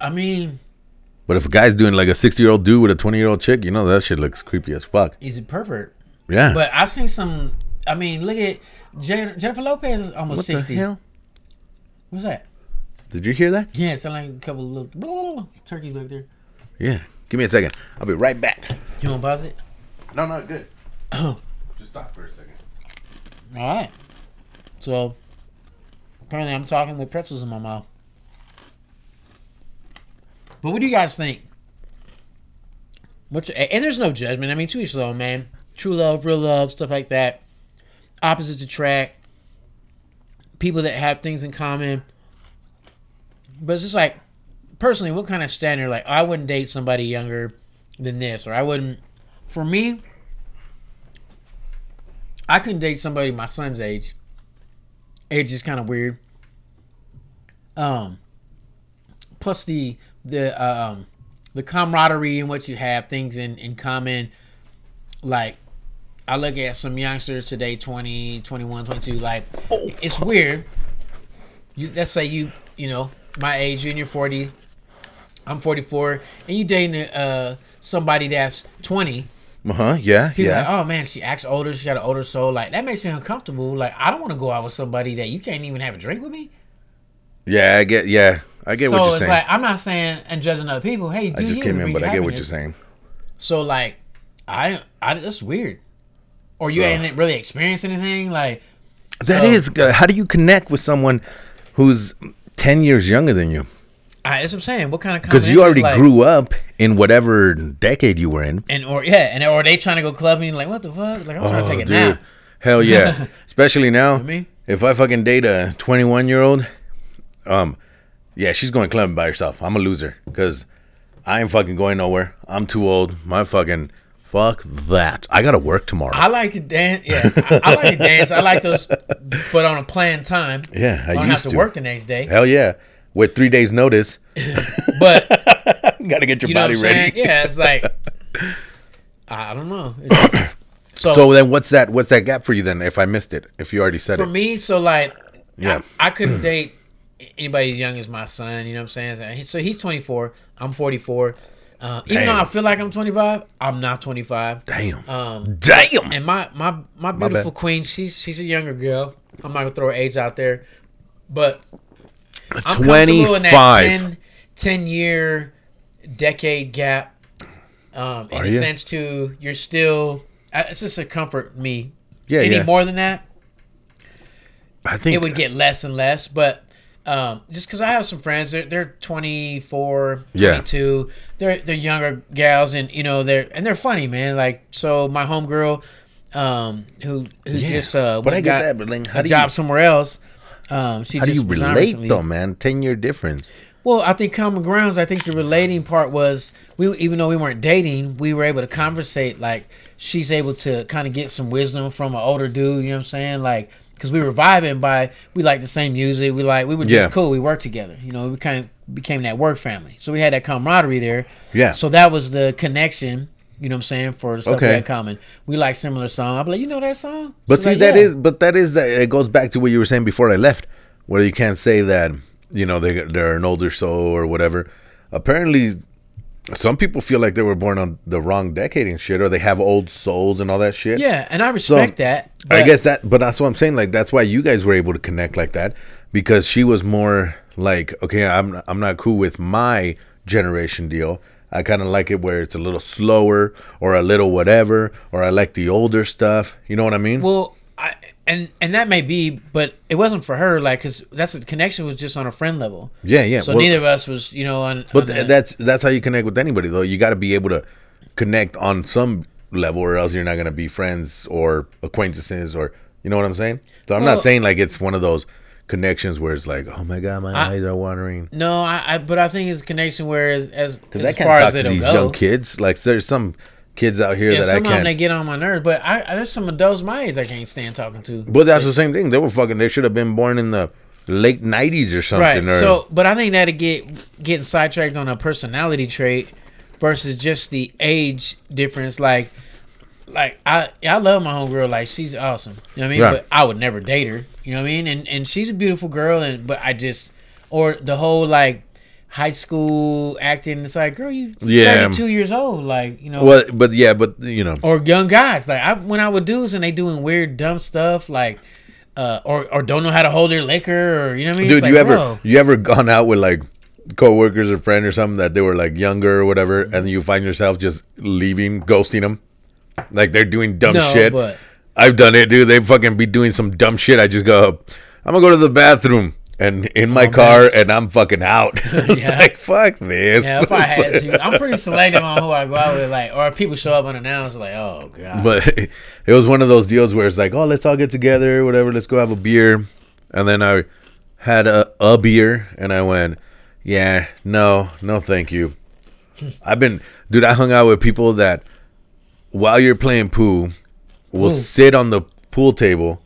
S2: I mean,
S4: But if a guy's doing like a sixty year old dude with a twenty year old chick, you know that shit looks creepy as fuck.
S2: is it pervert?
S4: Yeah.
S2: But I've seen some. I mean, look at Jen- Jennifer Lopez is almost
S4: what
S2: sixty.
S4: the hell?
S2: What's that?
S4: Did you hear that?
S2: Yeah, it sound like a couple of little turkeys back there.
S4: Yeah. Give me a second. I'll be right back.
S2: You want to pause it?
S4: No, no, good. Just stop for a second.
S2: All right. So apparently, I'm talking with pretzels in my mouth. But what do you guys think? What and there's no judgment. I mean, to each their own, man. True love, real love, stuff like that. Opposites attract. People that have things in common. But it's just like, personally, what kind of standard? Like, I wouldn't date somebody younger than this, or I wouldn't. For me, I couldn't date somebody my son's age. Age is kind of weird. Um, plus the the um the camaraderie and what you have things in in common. Like I look at some youngsters today, 20, 21, 22, Like it's weird. You let's say you you know my age, you in your forty, I'm forty four, and you dating uh somebody that's twenty.
S4: Uh huh. Yeah.
S2: People
S4: yeah.
S2: like, oh man, she acts older. She got an older soul. Like that makes me uncomfortable. Like I don't want to go out with somebody that you can't even have a drink with me.
S4: yeah. I get. Yeah. I get
S2: so
S4: what you're
S2: it's
S4: saying.
S2: like I'm not saying and judging other people. Hey,
S4: I just came in, but I get what you're saying.
S2: So like, I, I that's weird. Or you
S4: So-
S2: ain't really experienced anything. Like
S4: That
S2: So-
S4: is good. How do you connect with someone who's 10 years younger than you?
S2: I, that's what I'm saying. What kind of
S4: Because you already
S2: like-
S4: grew up in whatever decade you were in.
S2: And or yeah, and or they trying to go clubbing. Like what the fuck? Like I'm
S4: Oh,
S2: trying to take a nap.
S4: Hell yeah. Especially now.
S2: mean?
S4: If I fucking date a 21 year old, um, yeah, she's going clubbing by herself. I'm a loser because I ain't fucking going nowhere. I'm too old. My fucking fuck that. I got to work tomorrow.
S2: I like to dance. Yeah, I, I like to dance. I like those, but on a planned time.
S4: Yeah, I
S2: I don't
S4: used
S2: have to,
S4: to.
S2: work the next day.
S4: Hell yeah. With three days' notice,
S2: But
S4: got to get your
S2: you know
S4: body
S2: what I'm
S4: ready.
S2: saying? Yeah, it's like I I don't know. It's just- so,
S4: So then, what's that? What's that gap for you then? If I missed it, if you already said
S2: for
S4: it,
S2: me, so like
S4: Yeah.
S2: I, I couldn't date anybody as young as my son. You know what I'm saying? So he- So he's 24. I'm 44. Uh, even
S4: Damn.
S2: though I feel like I'm 25, I'm not 25.
S4: damn,
S2: Um,
S4: damn.
S2: and my my my beautiful
S4: bad.
S2: queen, she's she's a younger girl. I'm not gonna throw her age out there, but I'm comfortable in that
S4: 25.
S2: 10, 10 year decade gap um, in
S4: Are
S2: a
S4: you?
S2: sense to you're still uh, it's just a comfort me
S4: Yeah,
S2: any
S4: yeah.
S2: more than that
S4: I think
S2: it would get less and less but um, just because I have some friends they're, they're 24
S4: Yeah.
S2: 22 they're they're younger gals and you know they're and they're funny man like so my homegirl um, who who
S4: Yeah,
S2: just uh,
S4: but I
S2: went and
S4: get
S2: got
S4: that, but, like, how
S2: a
S4: do you-
S2: job somewhere else um, she
S4: How do
S2: just
S4: you
S2: resigned
S4: relate
S2: recently.
S4: though, man? Ten year difference.
S2: Well, I think common grounds. I think the relating part was we, even though we weren't dating, we were able to conversate. Like she's able to kind of get some wisdom from an older dude. You know what I'm saying? Like because we were vibing by we like the same music. We like we were just
S4: Yeah.
S2: cool. We worked together. You know, we kind of became that work family. So we had that camaraderie there.
S4: Yeah.
S2: So that was the connection You know what I'm saying? For the stuff we
S4: Okay.
S2: had in common. We like similar song. I'll be like, you know that song?
S4: But
S2: She's
S4: see,
S2: like,
S4: that
S2: "Yeah."
S4: is, but that is, that it goes back to what you were saying before I left, where you can't say that, you know, they they're an older soul or whatever. Apparently, some people feel like they were born on the wrong decade and shit, or they have old souls and all that shit.
S2: Yeah, and I
S4: So,
S2: respect that.
S4: I
S2: but-
S4: guess that, but that's what I'm saying. Like that's why you guys were able to connect like that because she was more like, okay, I'm I'm not cool with my generation deal. I kind of like it where it's a little slower or a little whatever, or I like the older stuff. You know what I mean?
S2: Well, I and and that may be, but it wasn't for her. Like, cause that's the connection was just on a friend level.
S4: Yeah, yeah,
S2: So
S4: well-
S2: neither of us was, you know, on.
S4: But
S2: on
S4: th-
S2: the-
S4: that's that's how you connect with anybody though. You got to be able to connect on some level, or else you're not gonna be friends or acquaintances, or you know what I'm saying. So I'm
S2: Well-
S4: not saying like it's one of those connections where it's like, oh my god, my eyes are watering.
S2: no, I, I. But I think it's a connection where as as
S4: Because I
S2: as
S4: can't talk to these young kids. Like there's some kids out here
S2: Yeah,
S4: that I
S2: some of them they
S4: can't.
S2: get on my nerves, but I, I there's some adults my age I can't stand talking to.
S4: But that's the same thing. They were fucking. They should have been born in the late '90s or
S2: right.
S4: something. Or,
S2: So, but I think that'd get getting sidetracked on a personality trait versus just the age difference. Like, like I I love my homegirl. Like she's awesome. You know what I mean?
S4: Right.
S2: But I would never date her. You know what I mean? And and she's a beautiful girl. And but I just or the whole like high school acting. It's like, girl, you
S4: Yeah.
S2: yeah, two years old. Like you know.
S4: well, but yeah, but you know,
S2: or young guys. Like I when I with dudes and they doing weird dumb stuff like uh or or don't know how to hold their liquor or you know what I mean?
S4: dude,
S2: It's like,
S4: you ever
S2: whoa.
S4: you ever gone out with like coworkers or friend or something that they were like younger or whatever,
S2: Mm-hmm.
S4: and you find yourself just leaving, ghosting them, like they're doing dumb
S2: No,
S4: shit.
S2: but-
S4: I've done it, dude. They fucking be doing some dumb shit. I just go, I'm gonna go to the bathroom. And in my car,
S2: Oh, nice.
S4: and I'm fucking out. it's
S2: Yeah.
S4: like fuck this.
S2: Yeah, if I had to, I'm pretty selective on who I go out with. Like, or if people show up unannounced, like, oh god.
S4: but it was one of those deals where it's like, oh, let's all get together, whatever, let's go have a beer. And then I had a, a beer and I went, yeah, no, no, thank you. I've been, dude, I hung out with people that while you're playing pool will sit on the pool table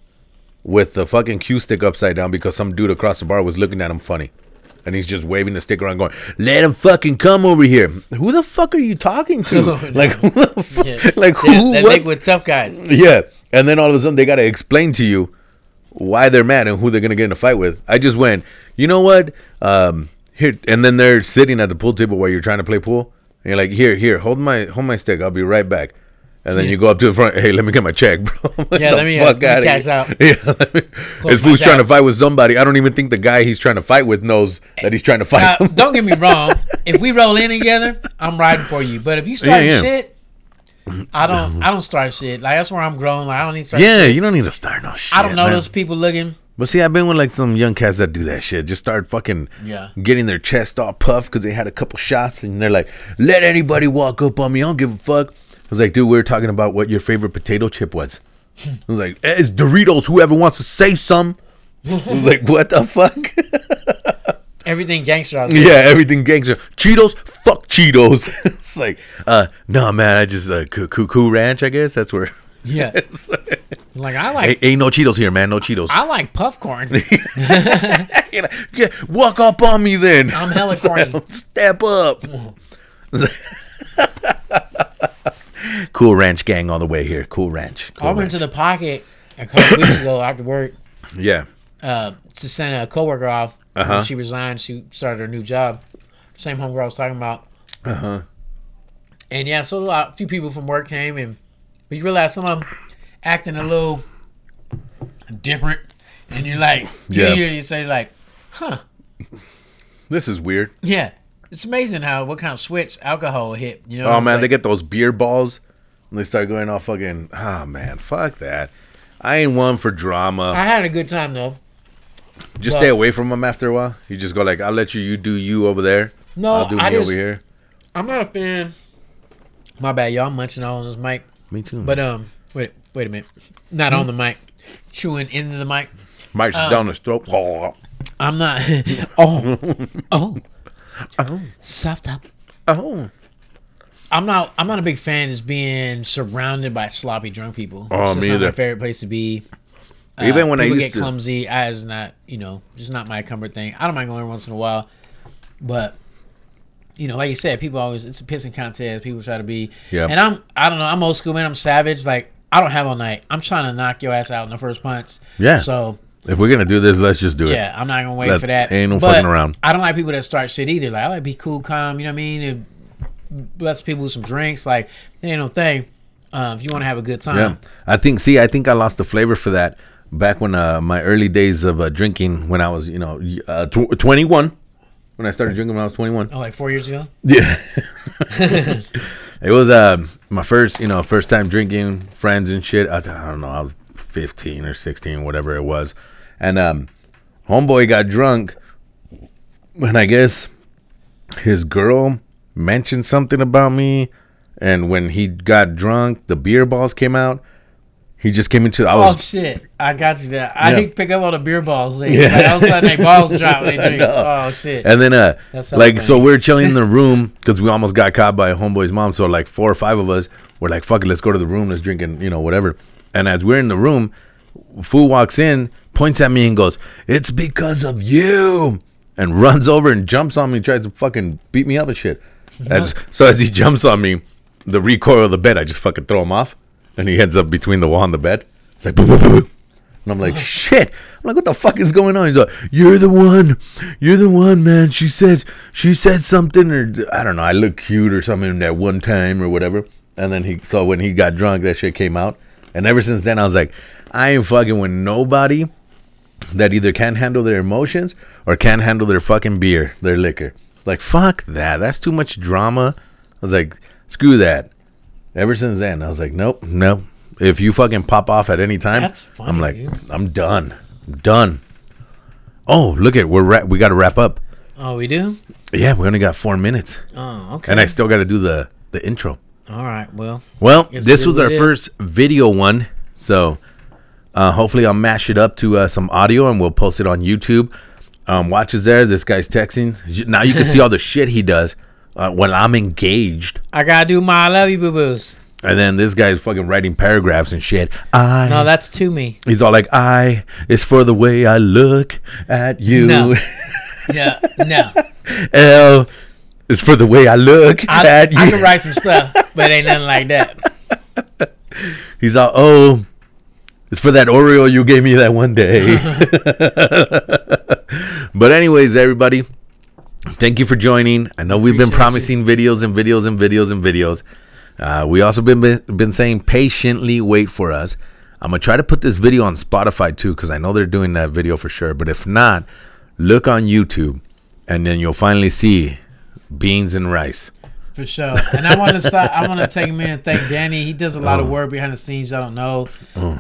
S4: with the fucking cue stick upside down because some dude across the bar was looking at him funny. And he's just waving the stick around, going, "Let him fucking come over here." Who the fuck are you talking to? Like, who the fuck?
S2: Yeah.
S4: like who? what's-
S2: That lick with tough guys.
S4: yeah. And then all of a sudden they got to explain to you why they're mad and who they're going to get in a fight with. I just went, you know what? Um, here and then they're sitting at the pool table while you're trying to play pool. And you're like, here, here, hold my hold my stick. I'll be right back. And then you go up to the front. Hey, let me get my check, bro. Get
S2: Yeah,
S4: the
S2: let me, uh, let me
S4: outta
S2: cash
S4: here."
S2: out.
S4: Yeah, let me- this
S2: my
S4: fool's trying to
S2: tab.
S4: fight with somebody. I don't even think the guy he's trying to fight with knows that he's trying to fight.
S2: Now,
S4: him.
S2: don't get me wrong. If we roll in together, I'm riding for you. But if you start
S4: yeah.
S2: shit, I don't. I don't start shit. Like that's where I'm grown. Like I don't need to start.
S4: yeah, you don't need to start no shit.
S2: I don't know
S4: man.
S2: those people looking.
S4: But see, I've been with like some young cats that do that shit. Just start fucking
S2: Yeah.
S4: getting their chest all puffed because they had a couple shots and they're like, let anybody walk up on me. I don't give a fuck. I was like, dude, we were talking about what your favorite potato chip was. I was like, "Eh, it's Doritos. Whoever wants to say some. I was like, what the fuck?
S2: Everything gangster out there.
S4: yeah, everything gangster. Cheetos, fuck Cheetos. it's like, uh, no, man, I just, uh, Coo- Coo Coo Ranch, I guess. That's where.
S2: Yeah. Like I like
S4: ain't, ain't no Cheetos here, man. No Cheetos.
S2: I like puff corn.
S4: yeah, walk up on me then.
S2: I'm hella corny.
S4: Step up. cool Ranch gang all the way here. Cool Ranch. Cool
S2: I went
S4: ranch.
S2: to the pocket a couple weeks ago after work
S4: yeah.
S2: uh, to send a coworker off.
S4: Uh-huh.
S2: When She resigned. She started her new job. Same homegirl I was talking about. Uh huh.
S4: Uh-huh.
S2: And yeah, so a lot, few people from work came, and but you realize some of them acting a little different, and you're like, you
S4: Yeah.
S2: hear you say like, huh,
S4: This is weird.
S2: yeah. It's amazing how what kind of switch alcohol hit. You know?
S4: Oh
S2: It's
S4: man,
S2: like-
S4: they get those beer balls and they start going all fucking oh man, fuck that. I ain't one for drama.
S2: I had a good time though.
S4: Just
S2: well-
S4: stay away from them after a while. You just go like, I'll let you you do you over there.
S2: No,
S4: I'll do
S2: I
S4: me
S2: just-
S4: over here.
S2: I'm not a fan. My bad, y'all. I'm munching all on this mic.
S4: Me too.
S2: But
S4: But uh,
S2: um, wait, wait a minute. Not on the mic, chewing into the mic.
S4: Mike's down the throat. Oh,
S2: I'm not. oh, oh, soft up.
S4: oh.
S2: I'm not. I'm not a big fan of just being surrounded by sloppy drunk people.
S4: Oh,
S2: It's just
S4: me
S2: not my
S4: either.
S2: favorite place to be.
S4: Even when I
S2: People
S4: used
S2: get
S4: to
S2: clumsy. I is not. You know, just not my comfort thing. I don't mind going every once in a while, but you know, like you said, people always it's a pissing contest. People try to be.
S4: Yeah.
S2: And I'm I don't know. I'm old school man. I'm savage. Like I don't have all night. I'm trying to knock your ass out in the first punch.
S4: Yeah.
S2: So
S4: If we're gonna do this, let's just do
S2: yeah, I'm not gonna wait
S4: That
S2: for that.
S4: ain't no
S2: But
S4: fucking around.
S2: I don't like people that start shit either. Like I like be cool, calm. You know what I mean? And bless people with some drinks. Like it ain't no thing. Uh, if you want to have a good time,
S4: it. Yeah, I think. See, I think I lost the flavor for that back when uh, my early days of uh, drinking when I was, you know, y- uh, tw- twenty one. When I started drinking when I was twenty one.
S2: oh, like four years ago.
S4: Yeah. it was uh, my first, you know, first time drinking, friends and shit. I, I don't know, I was 15 or 16, whatever it was. And um, homeboy got drunk, and I guess his girl mentioned something about me. And when he got drunk, the beer balls came out. He just came into. I
S2: Oh
S4: was.
S2: shit! I got you that. I
S4: Yeah.
S2: didn't pick up all the beer balls. Like, like, all of a sudden, they balls drop. They drink. Oh shit!
S4: And then, uh,
S2: That's how
S4: like,
S2: it
S4: so we're chilling in the room because we almost got caught by a homeboy's mom. So, like, four or five of us were like, fuck it, let's go to the room, let's drink and, you know, whatever. And as we're in the room, Foo walks in, points at me, and goes, It's because of you. And runs over and jumps on me, tries to fucking beat me up and shit.
S2: Mm-hmm.
S4: As, so, as he jumps on me, the recoil of the bed, I just fucking throw him off. And he heads up between the wall and the bed. It's like, "Boo, boo, boo, boo." And I'm like, shit. I'm like, what the fuck is going on? He's like, you're the one. You're the one, man. She said, she said something, or I don't know. I look cute or something that one time or whatever. And then he, so when he got drunk, that shit came out. And ever since then, I was like, I ain't fucking with nobody that either can't handle their emotions or can't handle their fucking beer, their liquor. Like, fuck that. That's too much drama. I was like, screw that. Ever since then, I was like, nope, no. If you fucking pop off at any time,
S2: That's funny,
S4: I'm like,
S2: dude.
S4: I'm done. I'm done. Oh, look at we're ra- we got to wrap up.
S2: Oh, we do.
S4: Yeah, we only got four minutes,
S2: Oh, okay.
S4: and I still got to do the the intro.
S2: all right. Well,
S4: Well,
S2: Yes,
S4: this
S2: it
S4: was our
S2: did.
S4: first video one, so uh, hopefully I'll mash it up to uh, some audio and we'll post it on YouTube. Um, watch us there. This guy's texting. You- Now you can see all the shit he does uh, when I'm engaged,
S2: I gotta do my I love you boo boos.
S4: and then this guy's fucking writing paragraphs and shit. I
S2: No, that's to me.
S4: he's all like, "I is for the way I look at you.
S2: No. No, no.
S4: L is for the way I look
S2: I,
S4: at you."
S2: I can write some stuff, but it ain't nothing like that.
S4: He's all, oh, it's for that Oreo you gave me that one day. but, anyways, everybody, thank you for joining. I know we've been
S2: Appreciate
S4: promising videos and videos and videos and videos. Uh, we also been, been been saying patiently wait for us. I'm gonna try to put this video on Spotify too because I know they're doing that video for sure. But if not, look on YouTube, and then you'll finally see beans and rice.
S2: For sure. And I want to stop, I want to take a minute and thank Danny. He does a lot of
S4: Oh.
S2: work behind the scenes. I don't know,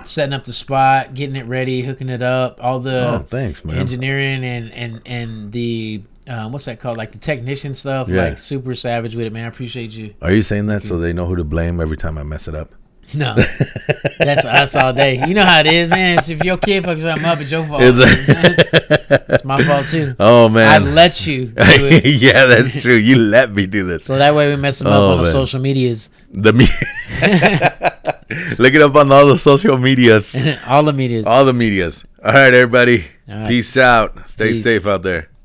S2: setting up the spot, getting it ready, hooking it up, all the
S4: Oh, thanks, man.
S2: engineering and and and the um, what's that called? Like the technician stuff.
S4: Yeah.
S2: Like super savage with it, man. I appreciate you.
S4: Are you saying that so they know who to blame every time I mess it up?
S2: No, that's us all day. You know how it is, man. It's if your kid fucks something up, it's your fault.
S4: It's
S2: It's,
S4: a-
S2: my fault too.
S4: Oh man,
S2: I let you do it.
S4: yeah, that's true. You let me do this.
S2: So that way we mess them up
S4: Oh,
S2: on the
S4: man.
S2: social medias,
S4: The me- look it up on all the social medias,
S2: all the medias.
S4: all the medias. All right, everybody,
S2: All right.
S4: peace out. Stay
S2: Peace.
S4: safe out there.